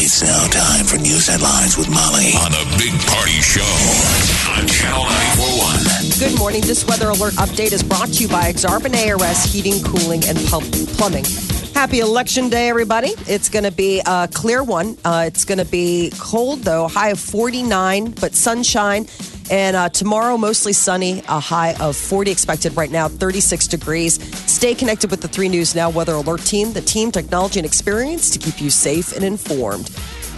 It's now time for news headlines with Molly on a big party show on Channel 941. Good morning. This weather alert update is brought to you by Exarban ARS Heating, Cooling, and Pump Plumbing. Happy Election Day, everybody. It's going to be a clear one. Uh, it's going to be cold, though, high of 49, but sunshine. And uh, tomorrow, mostly sunny, a high of 40 expected right now, 36 degrees. Stay connected with the 3 News Now Weather Alert team, the team, technology, and experience to keep you safe and informed.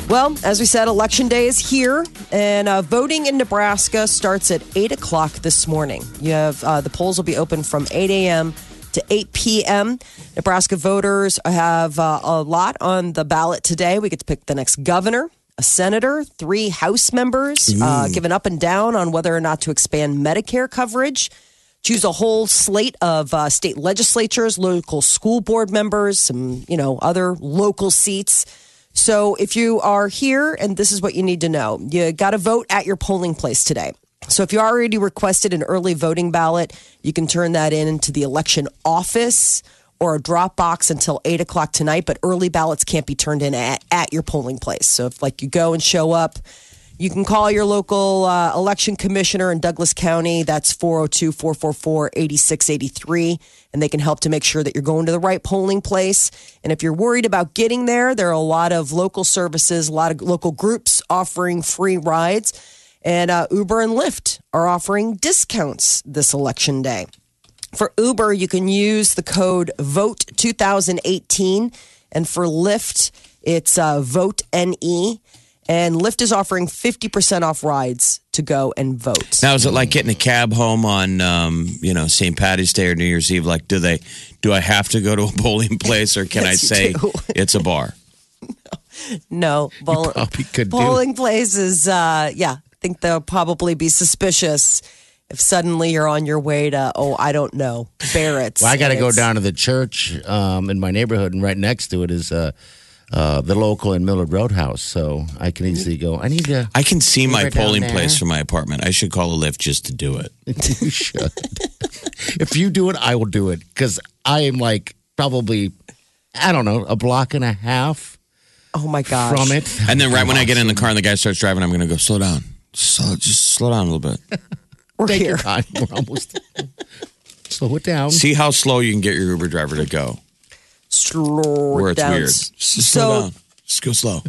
Well, as we said, election day is here, and uh, voting in Nebraska starts at 8 o'clock this morning. You have uh, the polls will be open from 8 a.m. to 8 p.m. Nebraska voters have uh, a lot on the ballot today. We get to pick the next governor, a senator, three House members, uh, given up and down on whether or not to expand Medicare coverage choose a whole slate of uh, state legislatures, local school board members, some you know other local seats. So if you are here, and this is what you need to know, you got to vote at your polling place today. So if you already requested an early voting ballot, you can turn that in into the election office or a Dropbox until eight o'clock tonight. But early ballots can't be turned in at, at your polling place. So if like you go and show up. You can call your local uh, election commissioner in Douglas County. That's 402 444 8683. And they can help to make sure that you're going to the right polling place. And if you're worried about getting there, there are a lot of local services, a lot of local groups offering free rides. And uh, Uber and Lyft are offering discounts this election day. For Uber, you can use the code VOTE2018. And for Lyft, it's uh, VOTE NE. And Lyft is offering 50% off rides to go and vote. Now, is it like getting a cab home on, um, you know, St. Patty's Day or New Year's Eve? Like, do they, do I have to go to a bowling place or can I Yes, you say do. it's a bar? no, bowl- probably could do. bowling places, uh, yeah, I think they'll probably be suspicious if suddenly you're on your way to, oh, I don't know, Barrett's. Well, I got to and go it's- down to the church um, in my neighborhood, and right next to it is uh, uh, the local and Millard Roadhouse, so I can easily go. I need to. I can see my Uber down polling there. place from my apartment. I should call a lift just to do it. you should. if you do it, I will do it because I am like probably, I don't know, a block and a half Oh, my gosh. from it. And then right when I get in the car and the guy starts driving, I'm going to go, slow down. Slow, just slow down a little bit. We're Take here. your time. We're almost. Slow it down. See how slow you can get your Uber driver to go. Slow Where it's down. weird. Just slow So- down. Just go slow.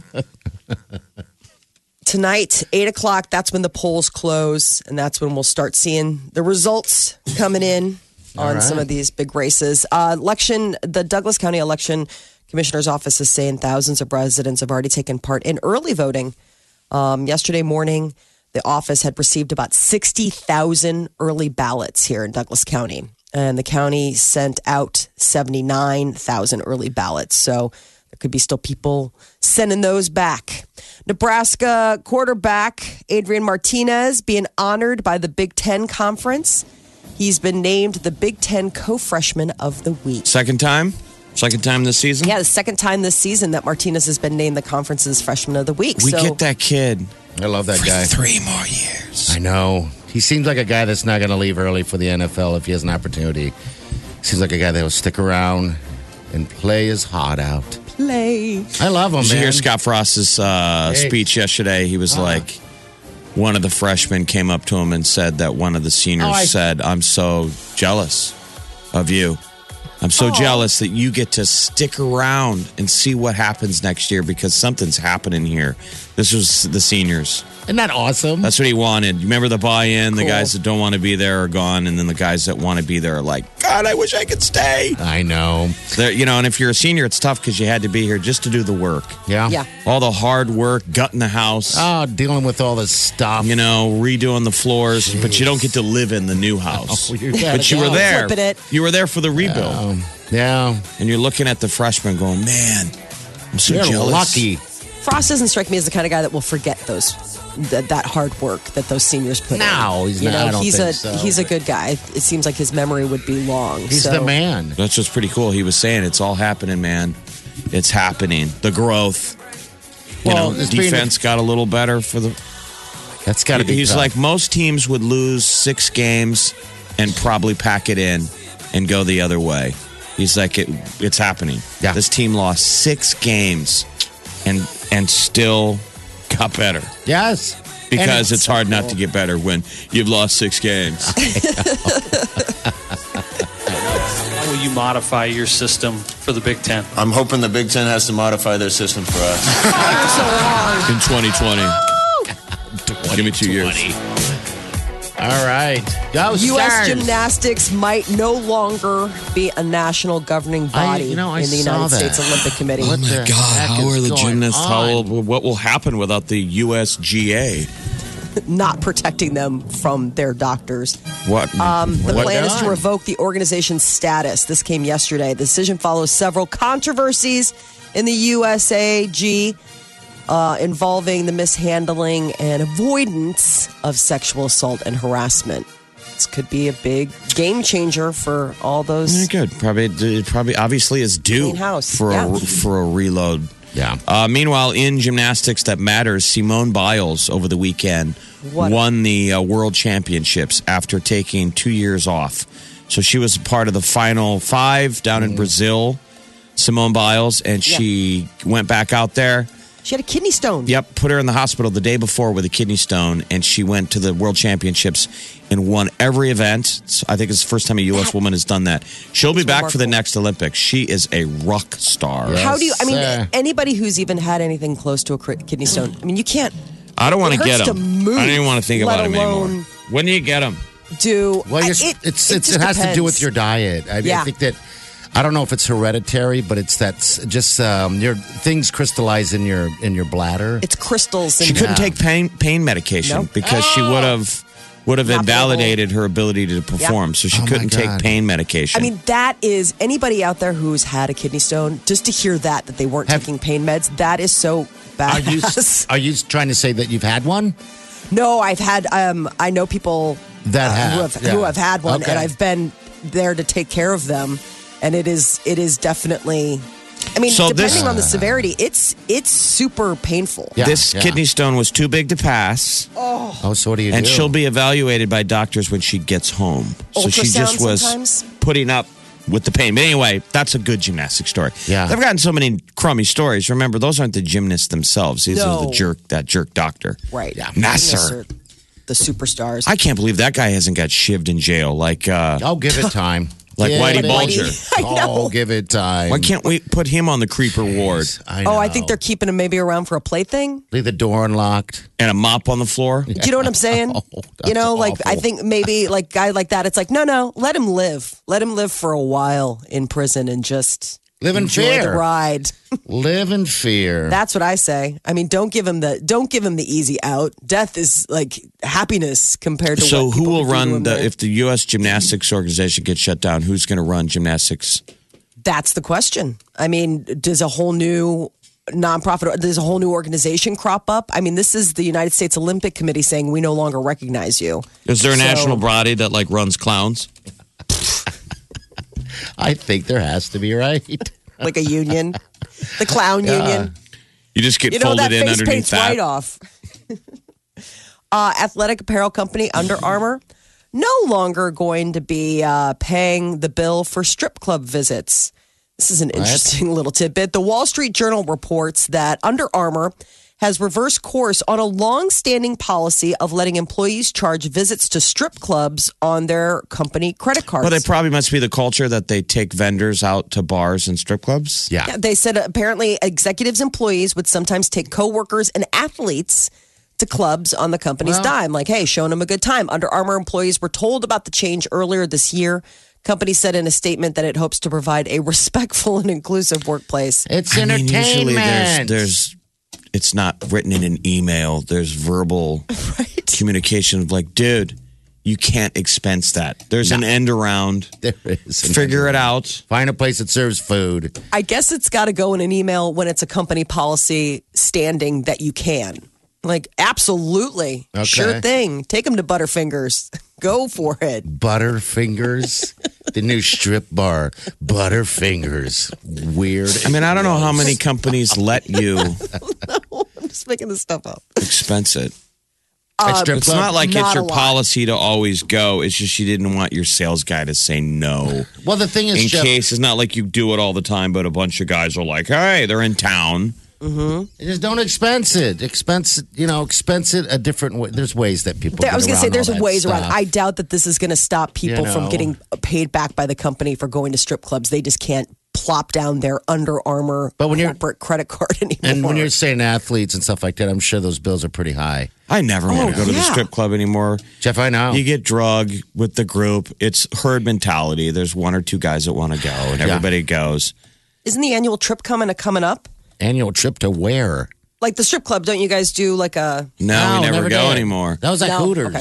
tonight, eight o'clock. That's when the polls close, and that's when we'll start seeing the results coming in on some of these big races. Uh, election, the Douglas County election commissioner's office is saying thousands of residents have already taken part in early voting. Um, yesterday morning, the office had received about 60,000 early ballots here in Douglas County. And the county sent out 79,000 early ballots. So there could be still people sending those back. Nebraska quarterback Adrian Martinez being honored by the Big Ten Conference. He's been named the Big Ten Co Freshman of the Week. Second time? Second time this season? Yeah, the second time this season that Martinez has been named the conference's Freshman of the Week. We so get that kid I love that for guy. three more years. I know. He seems like a guy that's not going to leave early for the NFL if he has an opportunity. Seems like a guy that will stick around and play his heart out. play. I love him, Did you man. hear Scott Frost's uh, Hey. Uh-huh. speech yesterday? He was like, one of the freshmen came up to him and said that one of the seniors Oh, I- said, I'm so jealous of you. I'm so Oh. jealous that you get to stick around and see what happens next year because something's happening here. This was the seniors. Isn't that awesome? That's what he wanted. Remember the buy in? The Cool. guys that don't want to be there are gone. And then the guys that want to be there are like, God, I wish I could stay. I know. There, you know, and if you're a senior, it's tough because you had to be here just to do the work. Yeah. Yeah. All the hard work, gutting the house, Oh, dealing with all this stuff. you know, redoing the floors, but you don't get to live in the new house. Oh, you gotta but you were go. there. Flipping it. You were there for the rebuild. Yeah. And you're looking at the freshmen going, man, I'm so They're jealous. lucky. Frost doesn't strike me as the kind of guy that will forget those that that hard work that those seniors put in. No, he's you not. Know, I don't he's think a so, he's a but- good guy. It seems like his memory would be long. He's so- the man. That's just pretty cool. He was saying it's all happening, man. It's happening. The growth. You Well, know, it's being- defense got a little better for the. That's got to be. He's tough. like most teams would lose six games and probably pack it in and go the other way. He's like it, it's happening. Yeah. This team lost six games and and still got better yes, And because it's, hard not to get better when you've lost six games. How will you modify your system for the Big Ten? I'm hoping the Big Ten has to modify their system for us. in 2020. Give me two years. All right. Go U.S. Stars. gymnastics might no longer be a national governing I- body you know, I in the saw United that. States Olympic Oh Committee. What the heck is going on? How, will- what will happen without the USGA? not protecting them from their doctors. What? Um, the What plan is to done? revoke the organization's status. This came yesterday. The decision follows several controversies in the USAG uh, involving the mishandling and avoidance of sexual assault and harassment. This could be a big game changer for all Yeah, those. good. Probably, it probably, obviously, is due Clean house, for yeah. a for a reload. Yeah. Uh, meanwhile, in gymnastics that matters, Simone Biles over the weekend What a- won the uh, world championships after taking two years off. So she was part of the final five down in Brazil. Simone Biles, and Mm-hmm. Yeah. she went back out there. She had a kidney stone. Yep, put her in the hospital the day before with a kidney stone, and she went to the World Championships and won every event. So I think it's the first time a U.S. woman has done that. She'll be back for the remarkable. next Olympics. She is a rock star. Yeah. How do you? I mean, Yes, sir. anybody who's even had anything close to a cri- kidney stone. I mean, you can't I don't want It to get hurts him. to move, I don't even want to think let about him anymore. alone- When do you get him? do. Well, I- it's, it, it's, it it's, just it has to depends. do with your diet. I, mean, I Yeah. think that I don't know if it's hereditary, but it's that s- just um, your things crystallize in your in your bladder. It's crystals. And She couldn't take pain pain medication Nope. because she would have would have Not invalidated her ability to perform. So she Oh my couldn't take God. pain medication. I mean, that is anybody out there who's had a kidney stone. Just to hear that that they weren't Have- taking pain meds, that is so are you badass. are you trying to say that you've had one? no, I've had. Um, I know people That have, Uh, who have yeah. who have had one, Okay. and I've been there to take care of them, and it is it is definitely. I mean, So depending this- on the severity, it's it's super painful. Yeah, this yeah. kidney stone was too big to pass. Oh, so what do you and do? she'll be evaluated by doctors when she gets home. So she just Ultrasound was sometimes? putting up with the pain. But anyway, that's a good gymnastic story. Yeah. I've gotten so many crummy stories. Remember, those aren't the gymnasts themselves. These are the No. jerk that jerk doctor. Right. Yeah. Nasser. The superstars. I can't believe that guy hasn't got shivved in jail. Like uh I'll give it time. Like Give Whitey it- Bulger. I know. Oh, give it time. why can't we put him on the creeper ward I oh, know. I think they're keeping him maybe around for a plaything. leave the door unlocked. and a mop on the floor? Do you know what I'm saying? Oh, you know, like I awful. think maybe like guy like that. It's like no, no, let him live. Let him live for a while in prison and just Live in enjoy the fear. ride. Live in fear. That's what I say. I mean, don't give him the don't give him the easy out. Death is like happiness compared to So what who people will would do to run him the there. if the US gymnastics organization gets shut down, who's gonna run gymnastics? That's the question. I mean, does a whole new nonprofit, does a whole new organization crop up? I mean, this is the United States Olympic Committee saying we no longer recognize you. Is there a So- national body that like runs clowns? I think there has to be right. Like a union, the clown union. You just get You know folded that in face underneath paint's that. right off. uh, athletic apparel company Under Armour no longer going to be uh, paying the bill for strip club visits. This is an interesting little tidbit. The Wall Street Journal reports that Under Armour has reversed course on a long-standing policy of letting employees charge visits to strip clubs on their company credit cards. Well, they probably must be the culture that they take vendors out to bars and strip clubs. Yeah. Yeah, they said apparently executives employees would sometimes take coworkers and athletes to clubs on the company's dime like hey showing them a good time under armor employees were told about the change earlier this year company said in a statement that it hopes to provide a respectful and inclusive workplace It's I mean, entertainment. usually there's, there's, it's not written in an email. There's verbal right communication of like, dude, You can't expense that. There's an end around. There is. an- Figure it out. Find a place that serves food. I guess it's got to go in an email when it's a company policy standing that you can. Like, absolutely. Okay. Sure thing. Take them to Butterfingers. Go for it. Butterfingers, the new strip bar. Butterfingers. Weird. I mean, I don't know how many companies let you I'm just making this stuff up. expense it. At Uh, strip It's club? not like Not it's your a lot. policy to always go. It's just you didn't want your sales guy to say no. well, the thing is, in Jeff, case it's not like you do it all the time, but a bunch of guys are like, "Hey, they're in town." just don't expense it. Expense, you know, expense it a different way. There's ways that people. I was gonna going to say there's ways stuff. around. I doubt that this is going to stop people You from know. getting paid back by the company for going to strip clubs. They just can't plop down their Under Armour But when you're- corporate credit card anymore. And when you're saying athletes and stuff like that, I'm sure those bills are pretty high. I never want to go to the Oh, yeah. Oh. strip club anymore. Jeff, I know. You get drug with the group. It's herd mentality. There's one or two guys that want to go, and everybody goes. isn't the annual trip coming coming up? Annual trip to where? Like the strip club, don't you guys do like a? No, we never, go did. anymore. That was like No, Hooters.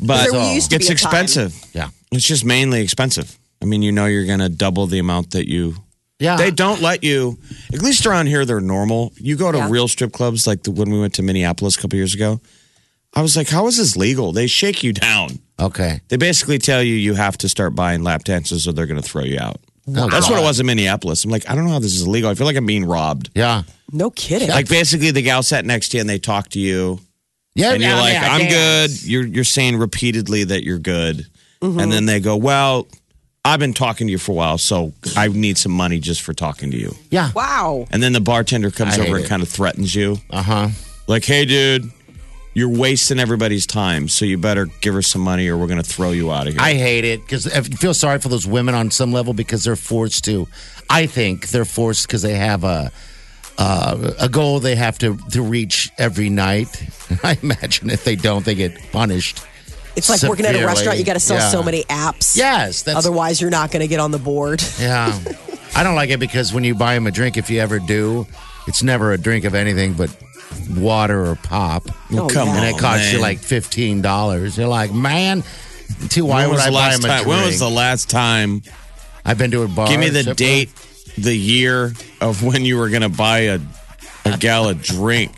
okay. But There used to it's be a time. expensive. Yeah. It's just mainly expensive. I mean, you know, you're going to double the amount that you. Yeah. Uh. They don't let you. At least around here, they're normal. You go to Yeah. real strip clubs, like the, when we went to Minneapolis a couple years ago. I was like, "How is this legal?" They shake you down. Okay. They basically tell you you have to start buying lap dances or they're going to throw you out. Oh, That's what it was in Minneapolis. I'm like, I don't know how this is illegal. I feel like I'm being robbed. Yeah. No kidding. Like basically, the gal sat next to you and they talk to you, Yeah. and you're Oh, yeah, like, yeah, "I'm dance. Mm-hmm. good." You're you're saying repeatedly that you're good, and then they go, "Well, I've been talking to you for a while, so I need some money just for talking to you." Yeah. wow. And then the bartender comes I hate over and it. kind of threatens you, Uh huh. like, "Hey, dude." You're wasting everybody's time, so you better give her some money, or we're going to throw you out of here. I hate it because I feel sorry for those women on some level because they're forced to. I think they're forced because they have a uh, a goal they have to to reach every night. I imagine if they don't, they get punished. It's like working at a Severely. restaurant. You got to sell Yeah. so many apps. Yes, that's Otherwise, you're not going to get on the board. yeah. I don't like it because when you buy them a drink, if you ever do, it's never a drink of anything but water or pop. Well, Oh, come yeah. on, and it costs you man. like fifteen dollars. You're like, man, too. Why When would was I the buy last him a time? drink? When was the last time? I've been to a bar. Give me the strip club. date, the year of when you were going to buy a a gal a drink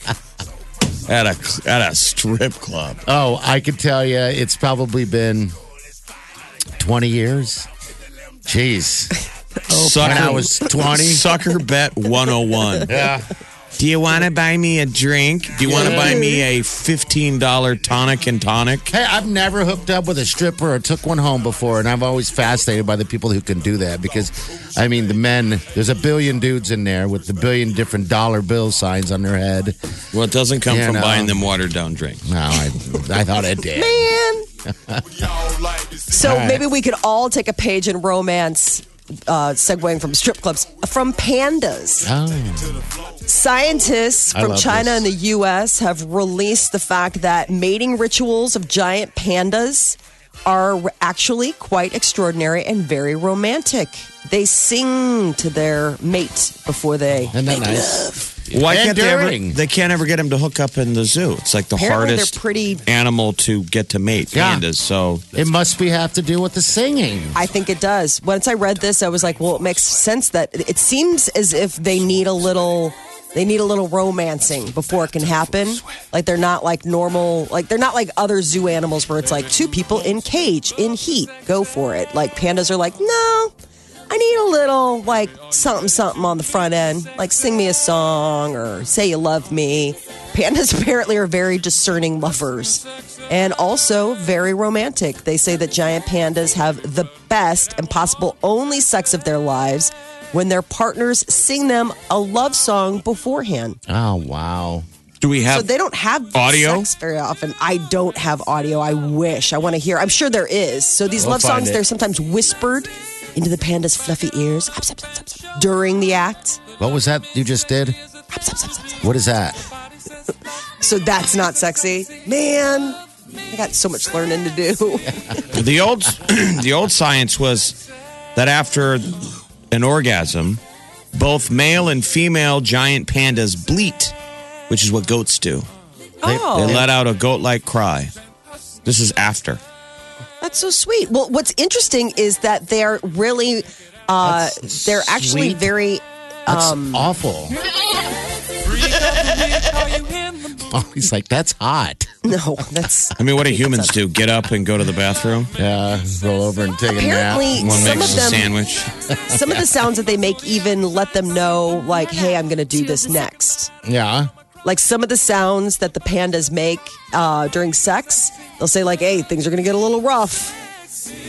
at a at a strip club. Oh, I could tell you, it's probably been twenty years. Jeez, sucker, Oh, when I was twenty. sucker bet one hundred and one. Yeah. Do you want to buy me a drink? Do you want to buy me a fifteen dollar tonic and tonic? Hey, I've never hooked up with a stripper or took one home before, and I'm always fascinated by the people who can do that because, I mean, the men, there's a billion dudes in there with the billion different dollar bill signs on their head. Well, it doesn't come Yeah, from no. buying them watered down drinks. No, I, I thought it did. Man. so maybe we could all take a page in romance, uh, segueing from strip clubs, from pandas. Oh, Scientists I from love China this. and the U.S. have released the fact that mating rituals of giant pandas are actually quite extraordinary and very romantic. They sing to their mate before they. isn't that nice? Why And can't they ever? during. They can't ever get them to hook up in the zoo. It's like the Apparently they're hardest pretty- animal to get to mate. Yeah. Pandas. So It must be have to do with the singing. I think it does. Once I read this, I was like, well, it makes sense that it seems as if they need a little they need a little romancing before it can happen. Like they're not like normal, like they're not like other zoo animals where it's like two people in cage in heat, go for it. Like pandas are like, "No, I need a little like something something on the front end, like sing me a song or say you love me." Pandas apparently are very discerning lovers and also very romantic. They say that giant pandas have the best and possible only sex of their lives when their partners sing them a love song beforehand. Oh, wow. do we have? So they don't have Audio? sex very often. I don't have audio. I wish. I want to hear. I'm sure there is. So these We'll love songs, find it. they're sometimes whispered into the panda's fluffy ears up, up, up, up, up, during the act. What was that you just did? Up, up, up, up, up. What is that? So that's not sexy. Man, I got so much learning to do. the old the old science was that after an orgasm, both male and female giant pandas bleat, which is what goats do. They oh. let out a goat-like cry. This is after. That's so sweet. Well, what's interesting is that they're really, uh, That's they're actually sweet. very. That's awful. Oh, he's like, that's hot. No, that's. I mean, what do humans do? Get up and go to the bathroom? Yeah, roll over and take a Apparently- nap. One Some makes of a them- sandwich. Some of the sounds that they make even let them know, like, hey, I'm going to do this next. Yeah. Like some of the sounds that the pandas make uh, during sex, they'll say, like, hey, things are going to get a little rough.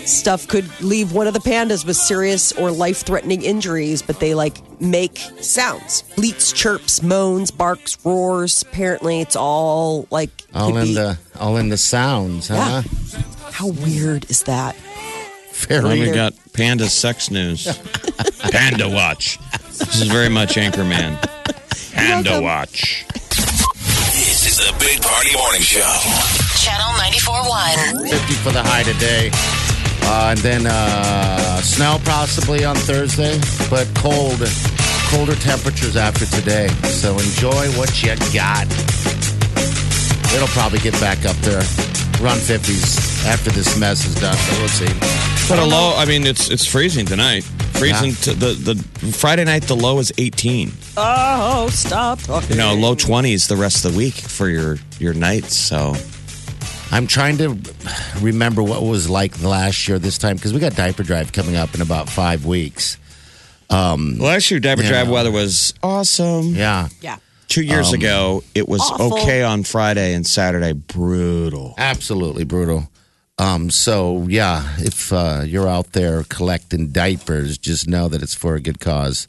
Stuff could leave one of the pandas with serious or life threatening injuries, but they like make sounds bleats, chirps, moans, barks, roars. Apparently, it's all like. All could in be- the uh-huh. all in the sounds, huh? Yeah. How weird is that? Well, Very we got panda sex news. panda watch. This is very much Anchorman. Panda watch. This is the Big Party Morning Show. Channel 94.1. fifty for the high today. Uh, and then uh, snow possibly on Thursday, but cold, colder temperatures after today. So enjoy what you got. It'll probably get back up there, run fifties after this mess is done. But we'll see. But a low, I mean, it's it's freezing tonight. Freezing to the, the Friday night, the low is 18. Oh, stop. You know, low 20s the rest of the week for your, your nights. So I'm trying to remember what it was like last year this time because we got diaper drive coming up in about five weeks. last year, diaper Yeah. drive weather was awesome. Yeah. Yeah. Two years ago, it was Awful. okay on Friday and Saturday, brutal. Absolutely brutal. Um, so yeah, if uh, you're out there collecting diapers, just know that it's for a good cause.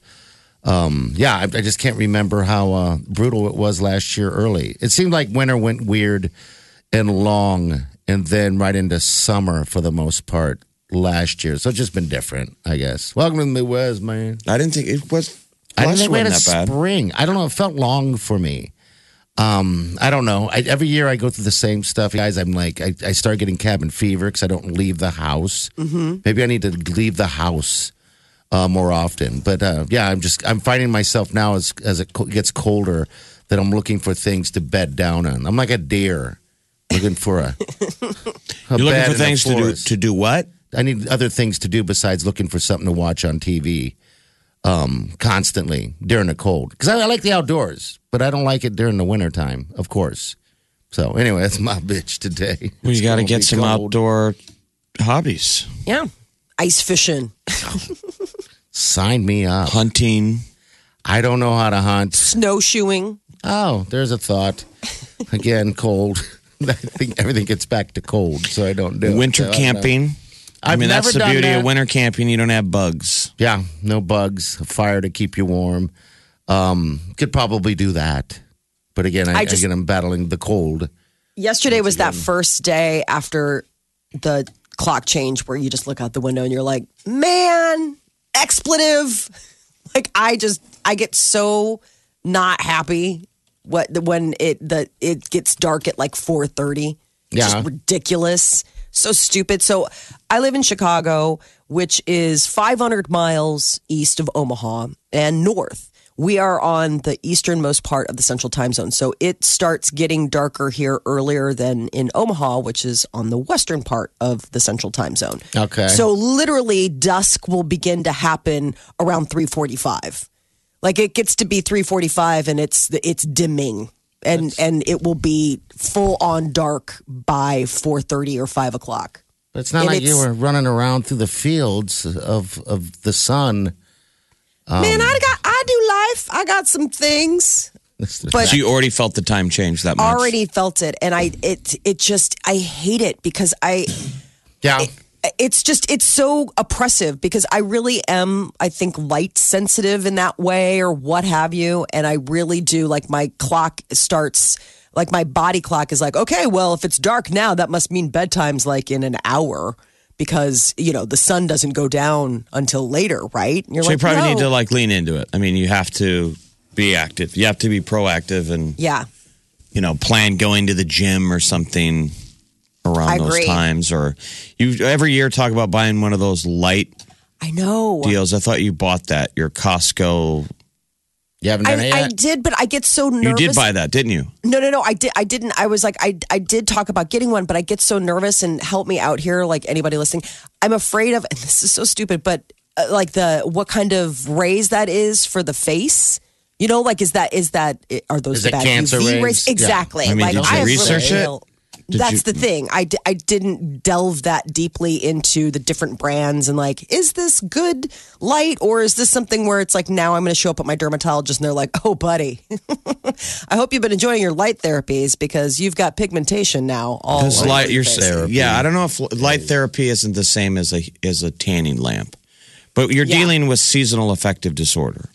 Um, yeah, I, I just can't remember how uh, brutal it was last year. Early, it seemed like winter went weird and long, and then right into summer for the most part last year. So it's just been different, I guess. Welcome to the Midwest, man. I didn't think it was. I didn't last think we had a wasn't that bad. spring. I don't know. It felt long for me. Um, I don't know. I, every year I go through the same stuff, guys. I'm like, I, I start getting cabin fever because I don't leave the house. Mm-hmm. Maybe I need to leave the house uh, more often. But uh, yeah, I'm just I'm finding myself now as as it co- gets colder that I'm looking for things to bed down on. I'm like a deer looking for a. a You're looking bed in for the things to do, forest. to do what? I need other things to do besides looking for something to watch on TV um, constantly during the cold. Because I, I like the outdoors, but I don't like it during the wintertime, of course. So, anyway, that's my bitch today. Well, It's you got to gonna get be some cold. outdoor hobbies. Yeah. Ice fishing. Sign me up. hunting. I don't know how to hunt. snowshoeing. Oh, there's a thought. Again, cold. I think everything gets back to cold, so I don't do it. winter So I don't know. camping. I I've mean, that's never the done beauty that. of winter camping. You don't have bugs. Yeah, no bugs, a fire to keep you warm. Um, could probably do that. But again, I, I just- again, I'm battling the cold. Yesterday was that first day after the clock change where you just look out the window and you're like, man, expletive. Like I just I get so not happy what when it the it gets dark at like four thirty. Yeah. Just ridiculous. So stupid. So I live in Chicago, which is 500 miles east of Omaha and north. We are on the easternmost part of the central time zone. So it starts getting darker here earlier than in Omaha, which is on the western part of the central time zone. Okay. So literally dusk will begin to happen around 345 like it gets to be 345 and it's it's dimming and and it will be full on dark by 4.30 or 5 o'clock But it's not And like you it's- were running around through the fields of of the sun. man i got i do life i got some things But- So you already felt the time change that much. already felt it and i it it just i hate it because i yeah, it's just it's so oppressive because I really am I think light sensitive in that way or what have you and I really do like my clock starts like my body clock is like okay well if it's dark now that must mean bedtime's like in an hour because you know the sun doesn't go down until later right And you're So you probably need no. to like lean into it. I mean, you have to be active. You have to be proactive and yeah you know plan going to the gym or something around I those agree. times. Or you every year talk about buying one of those light I know deals. I thought you bought that your Costco You haven't done it I, yet. I did, but I get so nervous. You did buy that, didn't you? No, no, no. I did. I didn't. I was like, I, I did talk about getting one, but I get so nervous. And help me out here, like anybody listening. I'm afraid of. And this is so stupid, but uh, like the what kind of rays that is for the face. You know, like is that is that are those Is the it bad cancer UV rays? rays? Yeah. Exactly. I mean, like did you have research really it? real- That's the you- thing. I, d- I didn't delve that deeply into the different brands and like, is this good light or is this something where it's like, now I'm going to show up at my dermatologist and they're like, oh, buddy, I hope you've been enjoying your light therapies because you've got pigmentation now. All Because over light, your you're face. yeah. I don't know if light therapy isn't the same as a as a tanning lamp, but you're Yeah. dealing with seasonal affective disorder.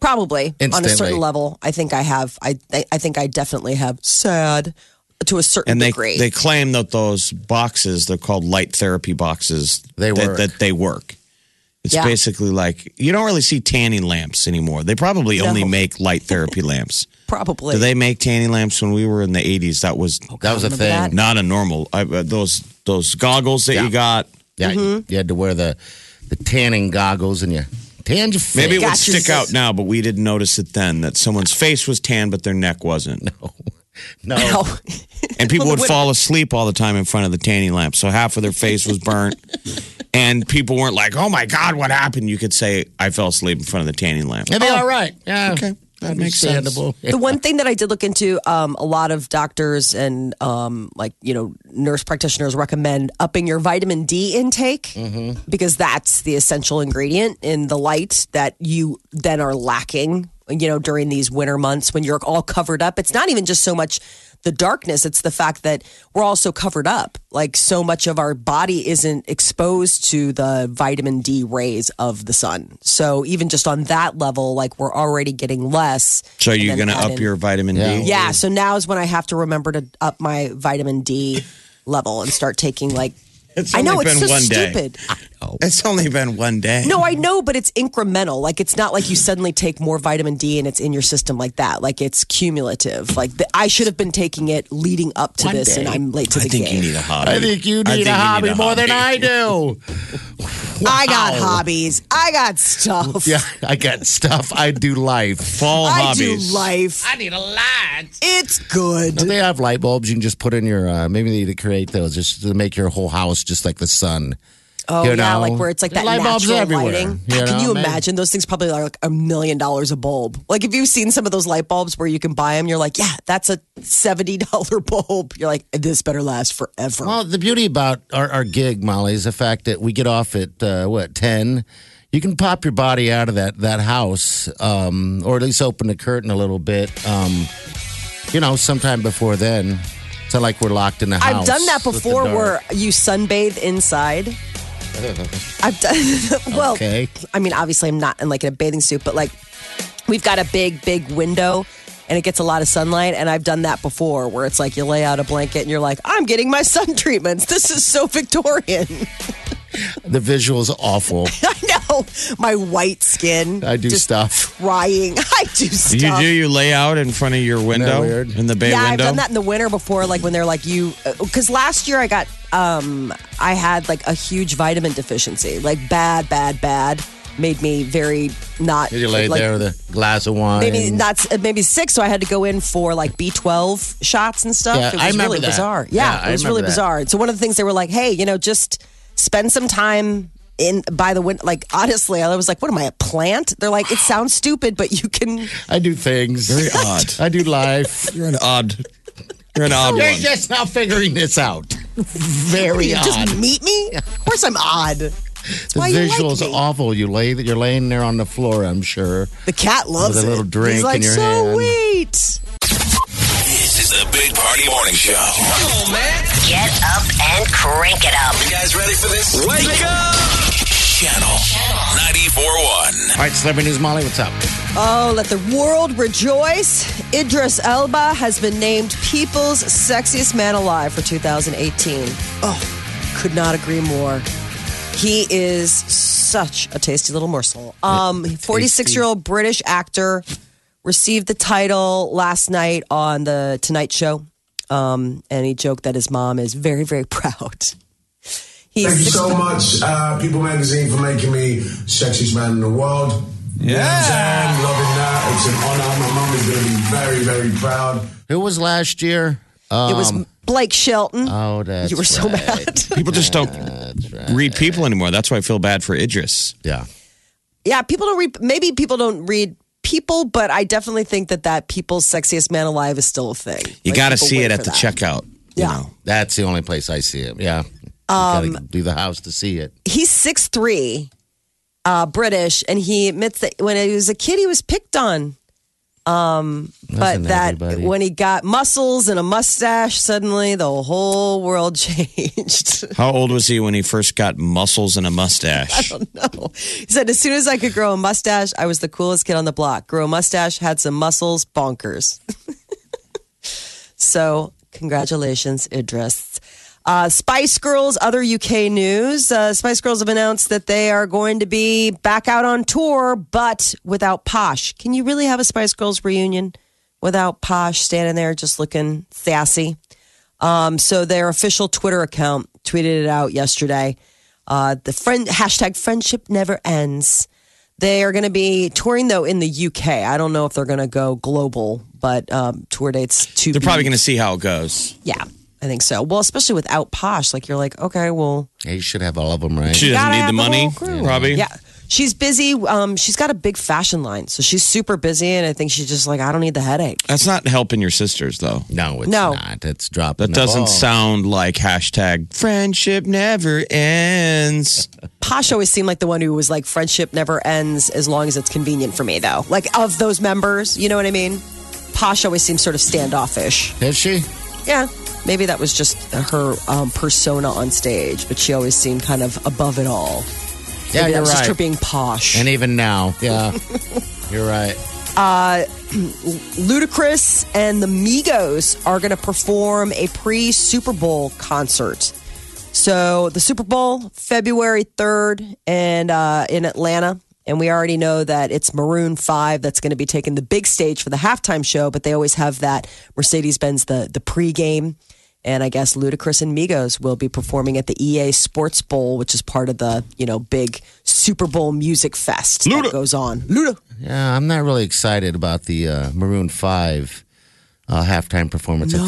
Probably on a Instantly. certain level. I think I have. I I, I think I definitely have sad to a certain and they degree. they claim that those boxes they're called light therapy boxes They that, work. that they work it's Yeah. basically like you don't really see tanning lamps anymore they probably only make light therapy lamps Probably. Oh, do they make tanning lamps when we were in the 80s that was that was a thing. Remember that? not a normal I, uh, those those goggles that Yeah. you got Yeah, you- you had to wear the the tanning goggles and you tanned your face. maybe it would Got you. stick out now but we didn't notice it then that someone's face was tan but their neck wasn't no. Oh, And people Well, would the fall asleep all the time in front of the tanning lamp. So half of their face was burnt. and people weren't like, oh my God, what happened? You could say, I fell asleep in front of the tanning lamp. It'd be all right. Yeah. Okay. That makes sense. Understandable. the one thing that I did look into, um, a lot of doctors and um, like you know nurse practitioners recommend upping your vitamin D intake because that's the essential ingredient in the light that you then are lacking. You know, during these winter months when you're all covered up, it's not even just so much the darkness; it's the fact that we're all so covered up. Like so much of our body isn't exposed to the vitamin D rays of the sun. So even just on that level, like we're already getting less. So and you're then going to add up in- your vitamin D? Yeah, so now is when I have to remember to up my vitamin D level and start taking like It's I only know it's been so one day. stupid. It's only been one day. No, I know, but it's incremental. Like it's not like you suddenly take more vitamin D and it's in your system like that. Like it's cumulative. Like the, I should have been taking it leading up to this, and I'm late to I the think game. you need a hobby. I think you need I think a hobby need more than hobby. I do. I got Wow. hobbies. I got stuff. Yeah, I got stuff. I do life. Fall I hobbies. do life. I need a light. It's good. Don't they have light bulbs you can just put in your? Uh, maybe they need to create those just to make your whole house just like the sun. Oh You yeah, know? like where it's like that Light bulbs natural everywhere, lighting. you Can know, you man. imagine those things probably are like a million dollars a bulb? Like if you've seen some of those light bulbs where you can buy them, you're like, yeah, that's a seventy dollar bulb. You're like, this better last forever. Well, the beauty about our, our gig, Molly, is the fact that we get off at uh, what ten. You can pop your body out of that that house, um, or at least open the curtain a little bit. Um, you know, sometime before then. It's not like we're locked in the house. I've done that with the before, dark. where you sunbathe inside. I've done well. Okay. I mean, obviously, I'm not in like in a bathing suit, but like we've got a big, big window. And it gets a lot of sunlight, and I've done that before, where it's like you lay out a blanket and you're like, "I'm getting my sun treatments. This is so Victorian." the visual's awful. I know my white skin. I do just stuff. Crying. I do stuff. You do, you lay out in front of your window, weird? in the bay yeah, I've window. done that in the winter before, like when they're like you. Because last year I got, um, I had like a huge vitamin deficiency, like bad, bad, bad. Made me very not. You lay like, there with a glass of wine. Maybe that's uh, maybe sick. So I had to go in for like B twelve shots and stuff. Yeah, it was I remember really that. bizarre. Yeah, Yeah, I it was remember really that. bizarre. So one of the things they were like, "Hey, you know, just spend some time." In by the wind, like honestly, I was like, "What am I, a plant?" They're like, "It sounds stupid, but you can." I do things. Very odd. I do life. You're an odd. You're an odd You're one. just now figuring this out. Very you odd. just meet me? Of course, I'm odd. the why you like visual's me. awful. You lay that you're laying there on the floor. I'm sure. The cat loves With a it. little drink He's like, in your so hand." wait. This is the Big Party Morning Show. Come on, man. Get up and crank it up. You guys ready for this? Wake up! Channel 94.1. All right, celebrity news, Molly. What's up? Oh, let the world rejoice. Idris Elba has been named People's Sexiest Man Alive for 2018. Oh, could not agree more. He is such a tasty little morsel. Um, 46 year old British actor received the title last night on The Tonight Show. Um, and he joked that his mom is very, very proud. He's Thank you six- so much, uh, People Magazine, for making me sexiest man in the world. Yeah. I'm loving that. It's an honor. My mom is going to be very, very proud. Who was last year? Um, It was Blake Shelton. Oh, that's you were so right. mad. People just don't read people anymore. That's why I feel bad for Idris. Yeah. yeah, people don't read. Maybe people don't read people, but I definitely think that that people's sexiest man alive is still a thing. You Like, got to people see wait it for at the that. checkout. You Yeah. know. That's the only place I see it. Yeah. You Um, gotta leave the house to see it. he's six three, uh, British, and he admits that when he was a kid, he was picked on. Um, but Listen, that everybody. when he got muscles and a mustache, suddenly the whole world changed. How old was he when he first got muscles and a mustache? no, he said as soon as I could grow a mustache, I was the coolest kid on the block. Grew a mustache, had some muscles, bonkers. so congratulations, Idris. Uh, Spice Girls, other UK news. Uh, Spice Girls have announced that they are going to be back out on tour, but without Posh. Can you really have a Spice Girls reunion without Posh standing there just looking sassy? Um, so their official Twitter account tweeted it out yesterday. Uh, the friend hashtag friendship never ends. They are going to be touring though in the UK. I don't know if they're going to go global, but um, tour dates to. They're probably going to see how it goes. Yeah, I think so. Well, especially without Posh, like you're like, okay, well, Yeah, you should have all of them, right? She doesn't gotta need have the the money, whole crew. Robbie. yeah. She's busy. Um, she's got a big fashion line, so she's super busy, and I think she's just like, I don't need the headache. That's not helping your sisters though. No, it's No. not. It's dropping. That the doesn't ball. sound like hashtag friendship never ends. Posh always seemed like the one who was like, friendship never ends as long as it's convenient for me, though. Like, of those members, you know what I mean? Posh always seems sort of standoffish. Is she? Yeah, maybe that was just her um, persona on stage, but she always seemed kind of above it all. Yeah, Maybe that you're was just her right. being posh. And even now, yeah, you're right. Ludacris and the Migos are going to perform a pre Super Bowl concert. So the Super Bowl, February 3rd, and uh, in Atlanta. And we already know that it's Maroon 5 that's going to be taking the big stage for the halftime show, but they always have that Mercedes Benz, the, the pregame. And I guess Ludacris and Migos will be performing at the EA Sports Bowl, which is part of the, you know, big Super Bowl music fest that goes on. Luda. Yeah, I'm not really excited about the uh, Maroon Five uh, halftime performance. No,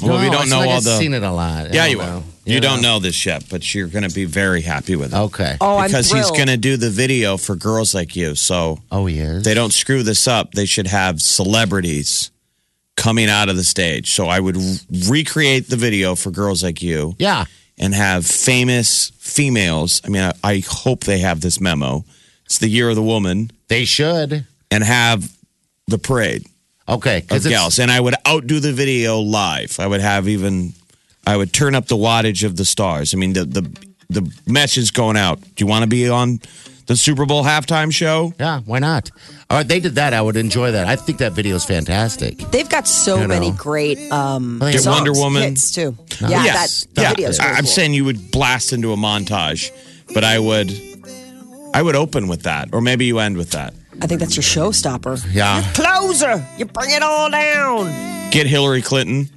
Well, we don't it's know like all I've the- seen it a lot. I Yeah, don't you know. are. You, don't know this yet, but you're going to be very happy with it. Okay. Oh, I'm because he's thrilled. going to do the video for girls like you. So Oh, he is. they don't screw this up. They should have celebrities coming out of the stage. So I would re- recreate the video for girls like you yeah. and have famous females. I mean, I, I hope they have this memo. It's the year of the woman They should. and have the parade Okay, because of it's gals. And I would outdo the video live. I would have even, I would turn up the wattage of the stars. I mean, the, the, the message going out. Do you want to be on the Super Bowl halftime show? yeah. Why not? All right, they did that. I would enjoy that. I think that video is fantastic. They've got so You know. many great um Get songs, Wonder Woman. hits too. Yeah, yes. that the yeah. video's really I- I'm cool. saying you would blast into a montage, but I would, I would open with that, or maybe you end with that. I think that's your showstopper. Yeah. Closer, you bring it all down. Get Hillary Clinton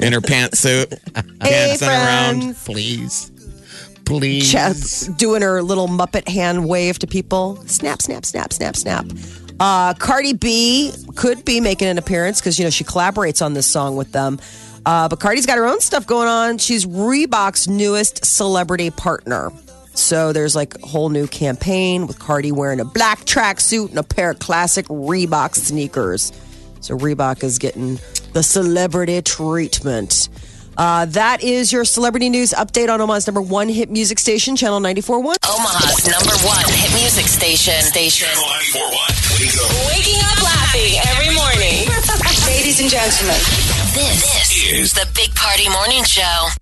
in her pantsuit, Hey, dancing around. friends. Please, please. Chess doing her little Muppet hand wave to people. Snap, snap, snap, snap, snap. Uh, Cardi B could be making an appearance because you know she collaborates on this song with them. Uh, but Cardi's got her own stuff going on. She's Reebok's newest celebrity partner. So there's like a whole new campaign with Cardi wearing a black tracksuit and a pair of classic Reebok sneakers. So Reebok is getting the celebrity treatment. Uh, that is your celebrity news update on Omaha's number one hit music station, Channel 94.1. Omaha's number one hit music station. Station. Channel 94.1. Wake up. Waking up laughing every morning. Ladies and gentlemen, This Is is the Big Party Morning Show.